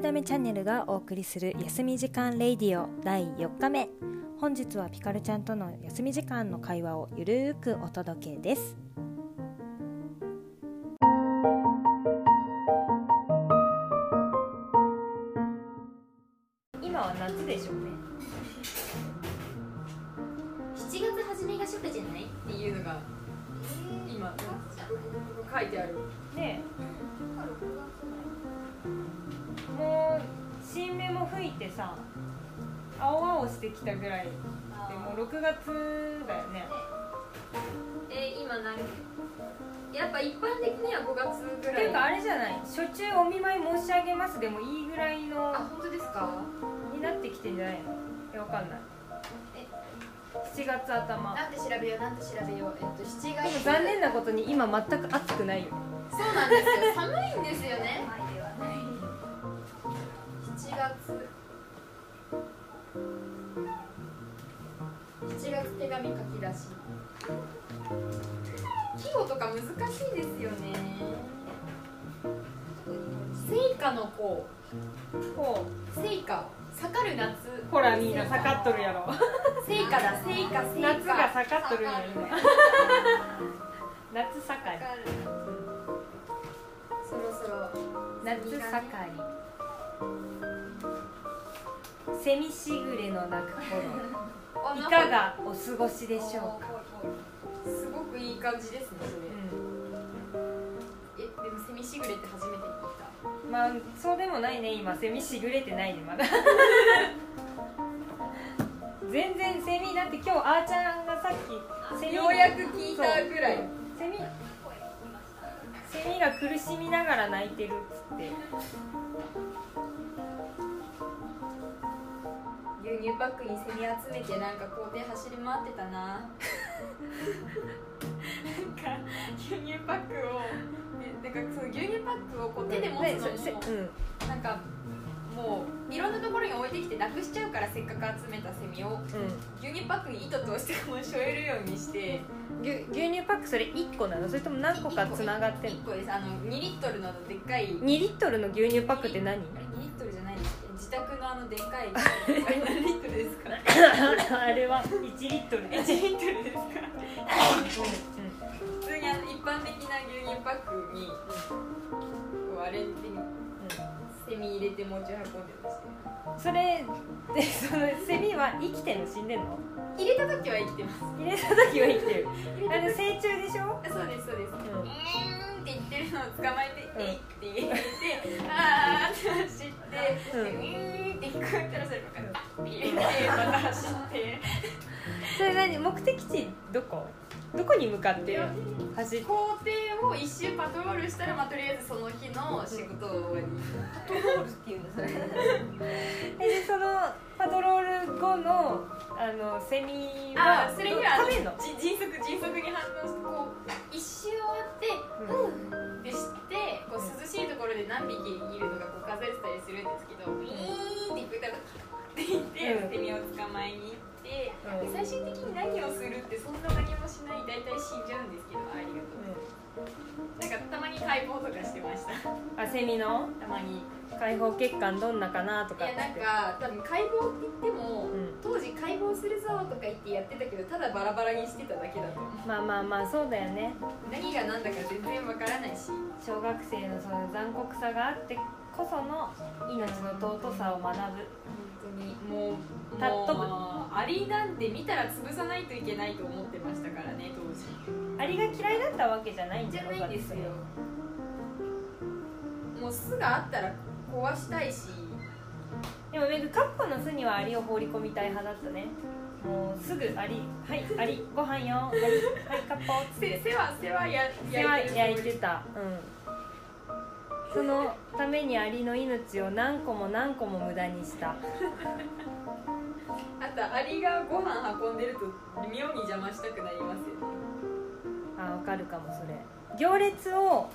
ダメチャンネルがお送りする休み時間レイディオ第4日目本日はピカルちゃんとの休み時間の会話をゆるーくお届けです今は夏でしょうね7月初めが初夏じゃないっていうのが今書いてあるねえもう新芽も吹いてさ青々してきたぐらいでもう6月だよねえ今何やっぱ一般的には5月ぐっていうからいあれじゃない初中お見舞い申し上げますでもいいぐらいのあ本当ですかになってきてんじゃないのいやわかんないえ7月頭なんて調べようなんて調べようえっとで7月も残念なことに今全く暑くないよそうなんですよ寒いんですよね7月7月手紙書き出し季語とか難しいですよね聖火の子こ聖火盛る夏うほらみんな盛っとるやろ聖火だ聖火聖火 夏が盛っとるんやみんな夏盛わかるそろそろり夏盛りセミしぐれの鳴く 頃いかがお過ごしでしょうか、うすごくいい感じですねそれえでもセミしぐれって初めて聞いたうん、まあそうでもないね今セミしぐれてないねま だ全然セミだって今日あーちゃんがさっきセミようやく聞いたぐらいセミセミが苦しみながら泣いてるっつって牛乳パックにセミ集めてなんか校庭走り回ってたななんか牛乳パックをでなんかその牛乳パックをこう手で持つのでせもうんなんかもういろんなところに置いてきてなくしちゃうからせっかく集めたセミを牛乳パックに糸通してこうしょえるようにしてうん、牛牛乳パックそれ1個なのそれとも何個かつながってんの1個ですあの2リットルのでっかい2リットルの牛乳パックって何あれ2リットルじゃないですけど自宅のあのでっかいあれ何リット ルです かあれは1リットル1リットルですかうん普通にあの一般的な牛乳パックにこうあれってセミ入れて持ち運んでましそれでそのセミは生きてんの死んでんのた入れた時は生きてます入れた時は生きてる入あれの成虫でしょたそうですそうですううんーんって言ってるのを捕まえてう、んえいって入れてあーって走って、ううんん、ーんって聞こえたらそればっかり入れてまた走ってそれ何目的地どこどこに向かって走って校庭を一周パトロールしたら、まあ、とりあえずその日の仕事を終わりでそのパトロール後のあのセミはあーそれにはあどの食べんのじ迅速迅速に反応してこう一周終わってうんでしてこう涼しいところで何匹いるのかこう数えてたりするんですけど「ウィーン!」って言ったら「って言って、うんセミを捕まえに行って、うんで最終的に何をするってそんな何もしない大体死んじゃうんですけどありがとう、なんかたまに解剖とかしてましたあセミのたまにい解放血管どんなかなとかっやてなんか多分解剖って言っても、うん当時解剖するぞとか言ってやってたけどただバラバラにしてただけだと思うまあまあまあそうだよね何が何だか全然わからないし小学生のその残酷さがあってこその命の尊さを学ぶ本当にもうたっとぶもうアリなんて見たら潰さないといけないと思ってましたからね当時アリが嫌いだったわけじゃないんじだゃよないんですよもう巣があったら壊したいしでもめぐカッコの巣にはアリを放り込みたい派だったねもうすぐアリはいアリご飯よアリはいカッポつってせ世話世話や手は焼いてるたうんそのためにアリの命を何個も何個も無駄にしたあとアリがご飯運んでると妙に邪魔したくなりますよねあわかるかもそれ行列を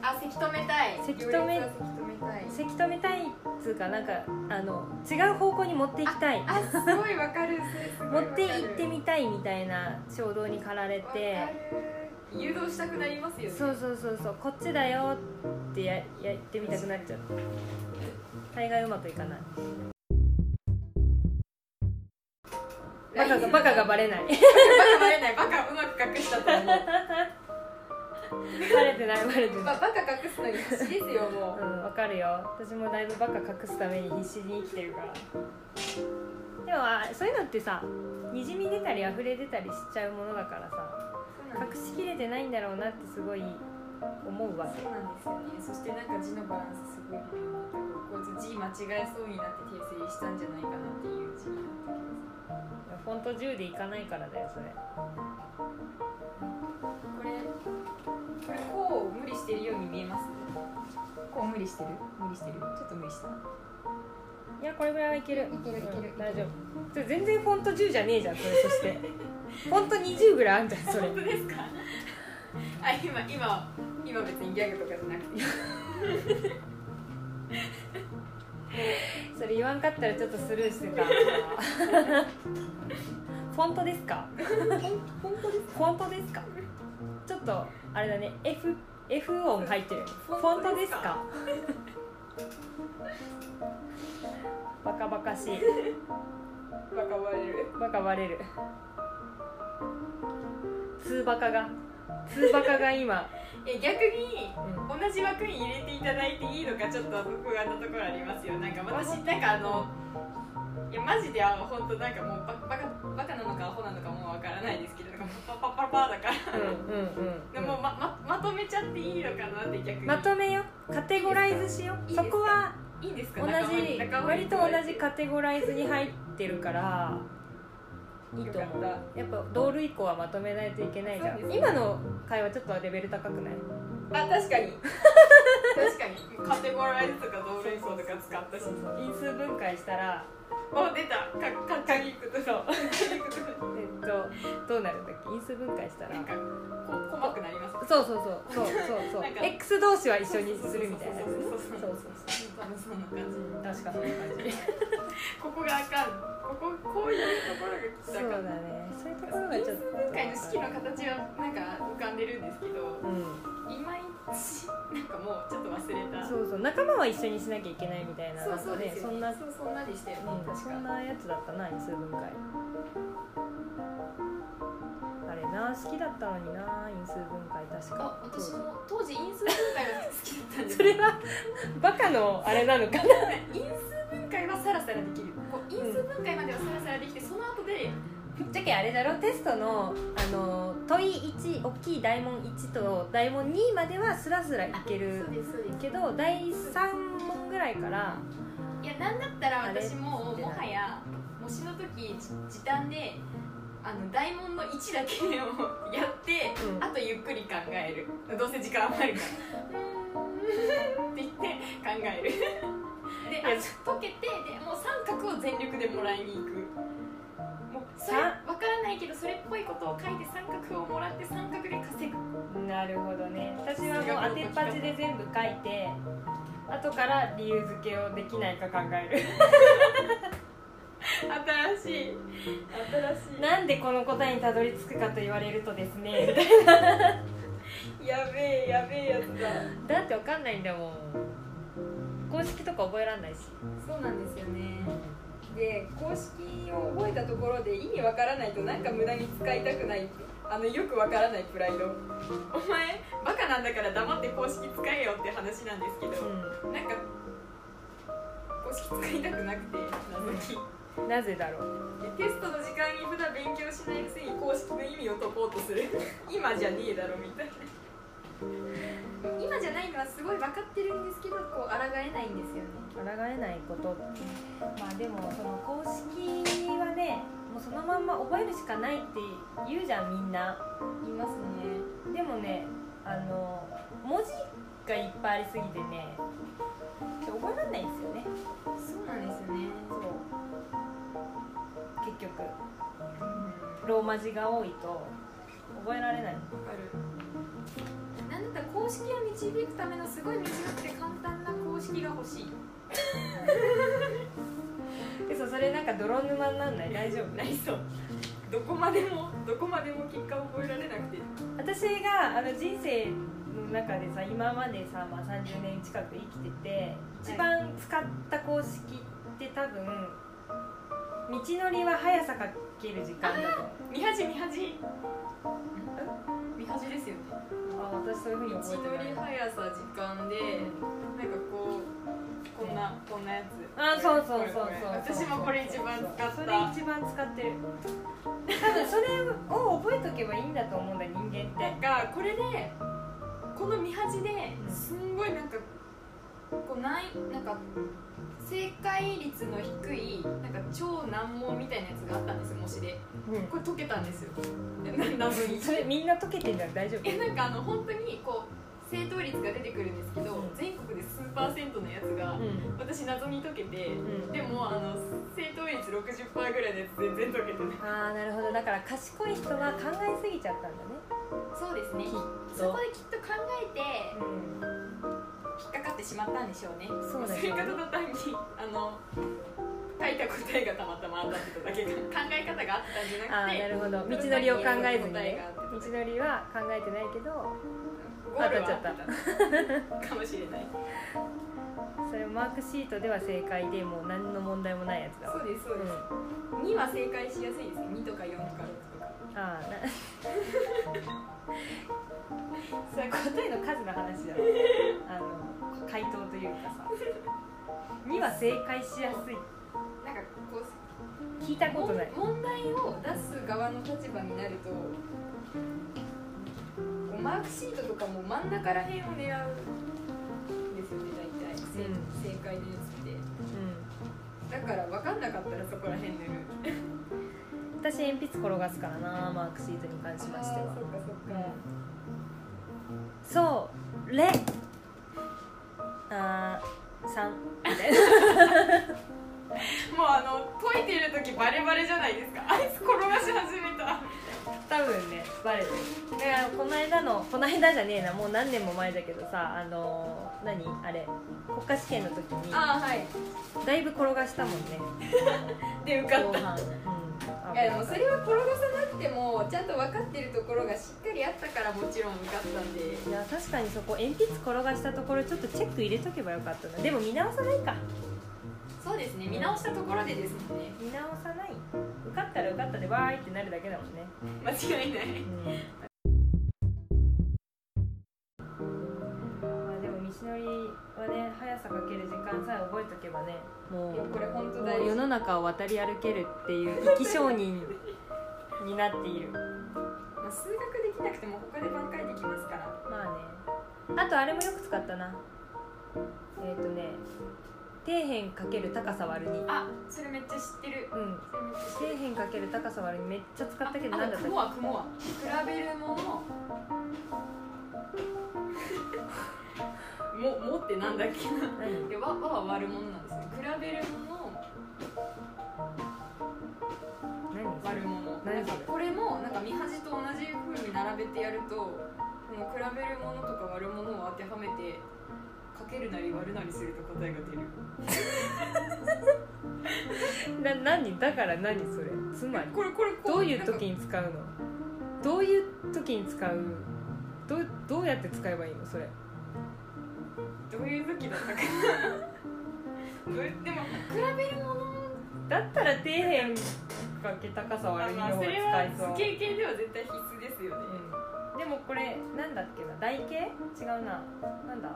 あせき止めたいせき止め行列はせき止めたいせき止めたいっつうかなんかあの違う方向に持っていきたいあすごいわかるそれすご持いわかっるて行ってみたいみたいな衝動に駆られわかてる誘導したくなりますよねそうそうそうそうこっちだよってややってみたくなっちゃう大概うまくいかないバカがバカがバレないバカバレないバカうまく隠したと思う、バレてないバレてないま、バカ隠すのに必死ですよもうんわかるよ私もだいぶバカ隠すために必死に生きてるからでもあそういうのってさにじみ出たり溢れ出たりしちゃうものだからさうそうなん隠しきれてないんだろうなってすごい思うわけですよねそしてなんか字のバランスすごい微妙だけどこいつ字間違えそうになって訂正したんじゃないかなっていう字になってきますフォント10でいかないからだよそれこれこれこう無理してるように見えますこう無理してる無理してるちょっと無理したいやこれぐらいはいけるいけるいけるうん大丈夫それ全然フォント10じゃねえじゃんそれそしてフォント20ぐらいあんじゃんそ れ本当ですかあ今今今別にギャグとかじゃなくてそれ言わんかったらちょっとスルーして たフォントですか本当ですフォントですかちょっとあれだね F, F 音入ってるフォフォンントトでですすかかバカバカしいバカバレるバカバレるツーバカがツーバカが今、え逆にうん同じ枠に入れていただいていいのかちょっと不安なところありますよなんか私なんかあのいやマジであの本当なんかもうババカバカなのかアホなのかもうわからないですけどなんかもうパパパパだからうんうんうんでもまままとめちゃっていいのかなって逆にまとめよカテゴライズしよういいですそかこはいいんですか同仲間にじ仲間に割と同じカテゴライズに入ってるからいいと思うよかやっぱドール以降はまとめないといけないじゃん、そうですね今の会話ちょっとレベル高くないあ確かに確かにカテゴライズとか同類項とか使ったし因数分解したらあ出たかかかぎくとそうかぎくえとっとどうなるんだっけ因数分解したなんらかこ細くなりますそうそうそうそうそうそうなんか X 同士は一緒にするみたいなやつねそうそそうそううそう多分そんな感そじう確かそんな感じここがあかんこここういうところが来そうただかねそういうところがちょっと今回の式の形はなんか浮かんでるんですけどうんいまいちなんかもうちょっと忘れたそうそう仲間は一緒にしなきゃいけないみたいなそうそなうんかねですそよねんなそうそんなでしたよねうん、確そかんなやつだったな因数分解あれな好きだったのにな因数分解確かあ私も当時因数分解が好きだったんですそれは バカのあれなのかな因数分解はさらさらできるこう因数分解まではさらさらできてその後で ぶっちゃけあれだろテストのあの問い1大きい大問1と大問2まではスラスラいけるですそうでけど第3問ぐらいからいやなんだったらあれ私もうもはや模試の時じ時短であの大問の1だけをやって、うんあとゆっくり考えるどうせ時間余るからうーんって言って考えるであいや解けてでもう三角を全力でもらいに行くもうそれさわからないけどそれっぽいことを書いて三角をもらって三角で稼ぐなるほどね私はもう当てっぱちで全部書いて後から理由付けをできないか考える新しい 新しなんでこの答えにたどり着くかと言われるとですね いやべえやべえやつだだってわかんないんだもん公式とか覚えらんないしそうなんですよねで公式を覚えたところで意味わからないとなんか無駄に使いたくないあのよくわからないプライドお前バカなんだから黙って公式使えよって話なんですけど、なんか公式使いたくなくて謎にうんなぜだろうでテストの時間に普段勉強しないくせに公式の意味を解こうとする 今じゃねえだろみたいな今じゃないのはすごい分かってるんですけどこう抗えないんですよね抗えないことまあでもその公式はねもうそのまんま覚えるしかないって言うじゃんみんな言いますねでもねあの文字がいっぱいありすぎてねちょっと覚えられないんですよねそうなんですよねそう結局ローマ字が多いと覚えられないわかるなんだったら公式を導くためのすごい短くて簡単な公式が欲しいえそうそれなんか泥沼になんない大丈夫ないそうどこまでもどこまでも結果を覚えられなくて私私があの人生の中でさ今までさ、まあ、30年近く生きてて一番使った公式って多分道のりは速さかける時間だと思う見恥見恥見恥ですよねあ私そういうふうに道覚えのてりない速さ時間でなんかこうこんなこんなやつあそうそうそうこれそうこれ私もこれ一番使ったそれ一番使ってる多分それを覚えとけばいいんだと思うんだ人間ってなんかこれでこの見恥ですんごいなんかこうないなんか正解率の低いなんか超難問みたいなやつがあったんですよ模試でこれ解けたんですよでな謎にそれみんな解けてんじゃん大丈夫えなんかあの本当にこう正答率が出てくるんですけど全国で数パーセントのやつがうん私謎に解けてうんでもあの正答率60%ぐらいのやつ全然解けてないああなるほどだから賢い人は考えすぎちゃったんだねそうですねきっそとこできっと考えてう引っかかってしまったんでしょうねそうだよね言い方と単にあの書いた答えがたまたま当たってただけか考え方があったんじゃん、あなあなくるほてど道のりを考えずに答えねが道合ってたのりは考えてないけどゴールはあったかもしれないそれマークシートでは正解でもう何の問題もないやつだそわうですそううんです、2は正解しやすいですね2とか4とか6とかああな それ答えの数の 話だろあの回答というかさには正解しやすいなんかこう聞いたことない問題を出す側の立場になるとこうマークシートとかも真ん中らへんを狙うんですよね大体、せうん正解のやつってだから分かんなかったらそこらへん塗る私鉛筆転がすからなマークシートに関しましてあはーそっかそっか、そうれあー三みたいなもうあの解いている時バレバレじゃないですかあ いつ転がし始めた多分ねバレてるだからこの間のこの間じゃねえなもう何年も前だけどさあのー何あれ国家試験の時にああはいだいぶ転がしたもんねで受かっ後た半うんいやでもそれは転がさなくてもちゃんと分かってるところがしっかりあったからもちろん受かったんでいや確かにそこ鉛筆転がしたところちょっとチェック入れとけばよかったなでも見直さないかそうですね見直したところでですもんね見直さない受かったら受かったでわーいってなるだけだもんね、間違いないまあでも道のりはね速さかける時間さえ覚えとけばねもいやこれ本当大もう世事の中を渡り歩けるっていう生き証人になっているまあ、数学できなくても他で挽回できますからまあねあとあれもよく使ったなえっ、とね底辺かける高さ割る2あそれめっちゃ知ってるうんそれめっ底ちゃ知ってる辺かける高さ割る2めっちゃ使ったけど何ああだとったっ雲は雲は比べるもの ももってなんだっけけな何でわわは割るものなんですね比べるもの何割るもの何なんかこれもなんか見恥と同じ風に並べてやるとこの比べるものとか割るものを当てはめてかけるなり割るなりすると答えが出なる何だから何それつまりこれこれこどういう時に使うのどういう時に使うどうどうやって使えばいいのそれどういう時だったかな どうでも比べるものだったら底辺かけ高さは割るま2のあ方そがれ使えそうは、経験では絶対必須ですよねうん、でもこれなんだっけな台形違うななんだ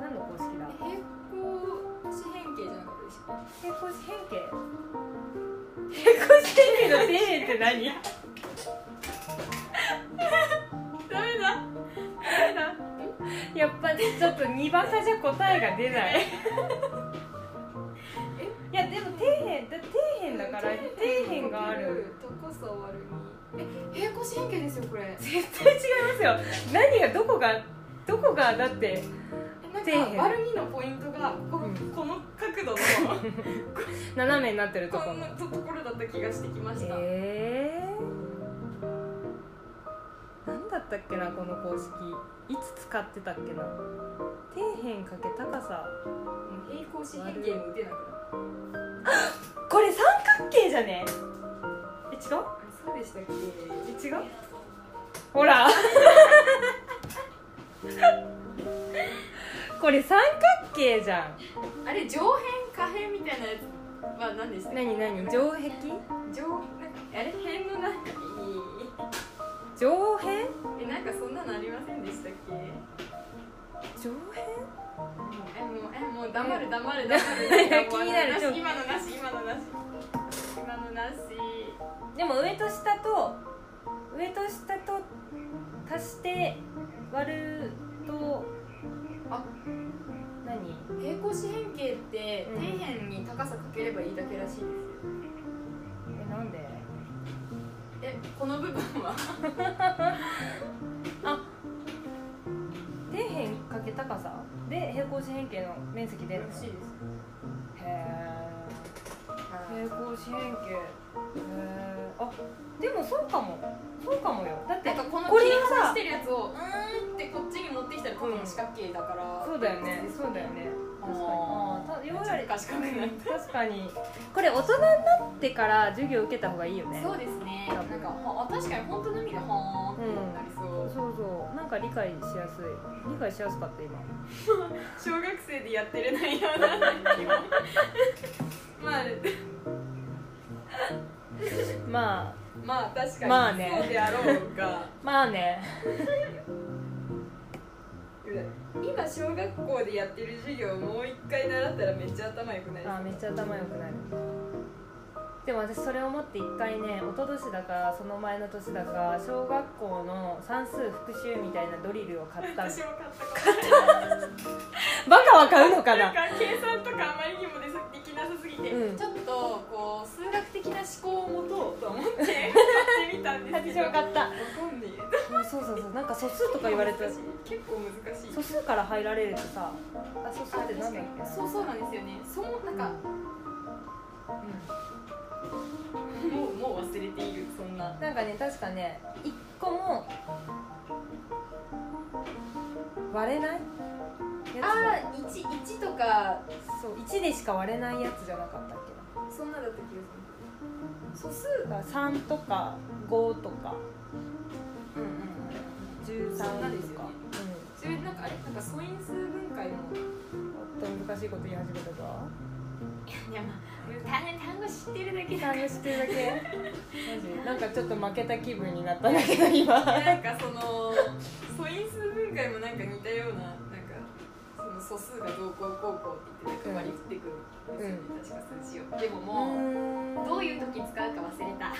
何の公式だ平行四辺形じゃなかったでしょ平行四辺形平行四辺形の底辺って 何ダメだやっぱりちょっと2番差じゃ答えが出ない いやでも底辺だ底辺だから底辺がある高さ割るにえ平行四辺形ですよこれ絶対違いますよ何がどこがどこがだってえなんか割る二のポイントがここ,、うんこの角度の斜めになってるとここんろなところだった気がしてきました、えー、何だったっけなこの公式いつ使ってたっけな底辺かけ高さもう平行四辺形も打てなくなったこれ三角形じゃねえ違うあれそうでしたっけえ違うほらこれ三角形じゃんあれ上辺下辺みたいなやつは何でしたっけ何何城壁上なんかあれ辺のなんかい上辺いえなんかそんなのありませんでしたっけもう上えもうえもう黙る黙る黙るなん かもう気になるあのちょっと今のなし今のなし今のなし辺でも上と下と上と下と足して割るとあ何平行四辺形ってうん底辺に高さかければいいだけらしいですよえなんでえこの部分 は底辺かけ高さで平行四辺形の面積出るのらしいですへーはい平行四辺形へえあでもそうかもそうかもよだってなんかこのこ切れりは離さしてるやつをうーんってこっちに持ってきたらただの四角形だから、そうだよねそうだよね確かにああーたー言われちょっと賢くなっ確かにこれ大人になってから授業受けた方がいいよねそうですねなんかはあ確かに本当の意味ではーんってなりそう、そうそうなんか理解しやすい理解しやすかった今小学生でやってる内容 なんだけどまあまあまあ確かに、まあねそうであろうがまあね今小学校でやってる授業をもう一回習ったらめっちゃ頭良くないですあかーめっちゃ頭良くなるでも私それを持って1回ね一昨年だかその前の年だか小学校の算数復習みたいなドリルを買ったの私も買ったかも バカは買うのかなんなか計算とかあまりにもできなさすぎて、うんちょっとこう数学的な思考を持とうと思って買ってみたんですけ私どもわか買ったんね そうそうそうなんか素え数とか言われて結構難しい素数から入られるとさあ素数あって確何だっかにけそうそうなんですよねそうなんかもうもう忘れているそんなうんなんかね確かね1個も割れないやあ一一とかつだそう1でしか割れないやつじゃなかったっけそんなだった気がする素数なだから3とか5とかうんうん13そんなですとよかねそれなんかあれなんか素因数分解のうんもっと難しいこと言い始め たぞいやまあ単単語知ってるだけだ単語してるだけマジなんかちょっと負けた気分になったんだけど今なんかその素因数分解もなんか似たようななんかその素数がどうこうこうこうって言ってなんか割り振ってくるんですよね、確か数字をでも もう、どういう時使うか忘れた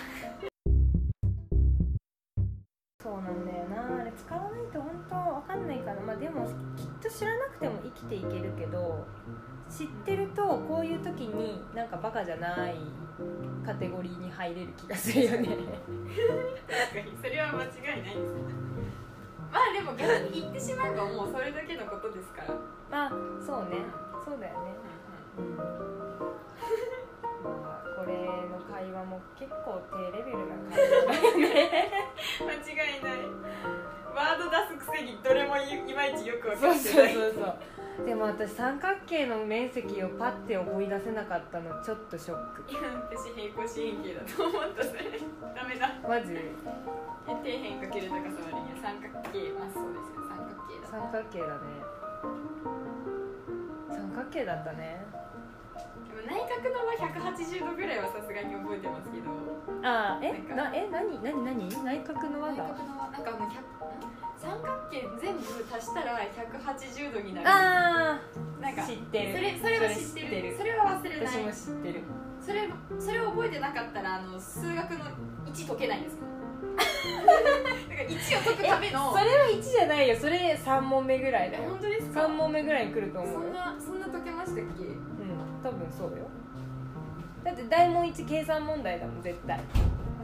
そうなんだよなあれ使わないと本当わかんないからまあでもきっと知らなくても生きていけるけど知ってるとこういう時になんかバカじゃないカテゴリーに入れる気がするよ ね確かにそれは間違いないですまあでも逆に言ってしまえばもうそれだけのことですからまあそうねそうだよねうんまあこれの会話も結構低レベルな会話だよね間違いないワード出すくせにどれもいいまいちよく分 そかうってそなういそうそうでも私三角形の面積をパッて思い出せなかったのちょっとショックいや私平行四辺形だと思ったそれダメだマジえ底辺かける高さ割には三角形まあそうですよ三角形だ三角形だね三角形だったねでも内角のは180度ぐらいはさすがに覚えてますけどあーなんえかなえ何何何内角の内輪角がのはなんかあの100三角形全部足したら180度になるあなんか知そってるれそれは知ってるそれは忘れない私も知ってるそれそれを覚えてなかったらあの数学の1解けないんですもん なんか1を解くためのそれは1じゃないよそれ三問目ぐらいだえよ本当ですか三問目ぐらいに来ると思そうんよなそんな解けましたっけうん多分そうよだって大問一計算問題だもん絶対あ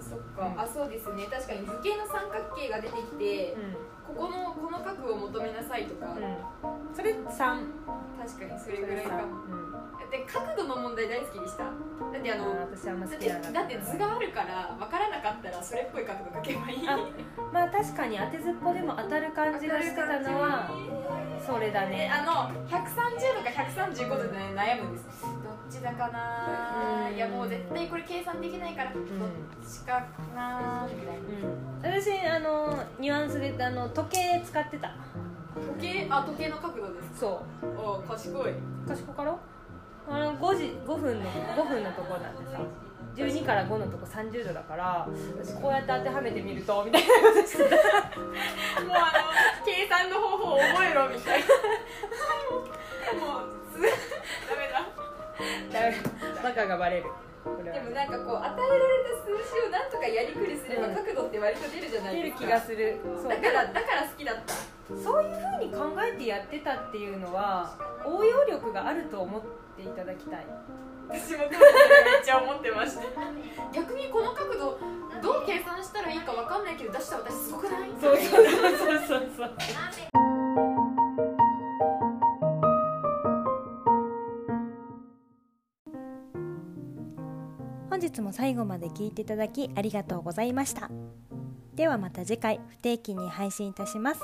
そっかあそうですね確かに図形の三角形が出てきてうここのこの角を求めなさいとか、んうんそれ三確かにそそれぐらいか三もで角度の問題大好きでしただってあうんのあー私あんまだ好っきじてゃなかっただって図があるから分からなかったらそれっぽい角度書けばいいあまあ確かに当てずっぽでも当たる感じがしてたのは 当たる感じそそれだでねあの130とか135度で、ね、悩むんですどっちだかなうんいやもう絶対これ計算できないからどっちかなみたいな私あのニュアンスであの時計使ってた時計あ時計の角度ですそおう賢い、うん、う賢かろあの5時5分の5分のとこなんでさ12から5のとこ30度だから私こうやって当てはめてみるとみたいな ことしてたもうあ の計算の方法を覚えろみたいなもうすダメダだメバカがバレるこれはでもなんかこう与えられた数字をなんとかやりくりすればうん角度って割と出るじゃない出でるすか気がするそうだからだから好きだったそういうふうに考えてやってたっていうのは応用力があると思っていただきたい私も当時それめっちゃ思ってました逆にこの角度どう計算したらいいかわかんないけど出した私すごくないそうそうそうそうそう本日も最後まで聞いていただきありがとうございましたではまた次回不定期に配信いたします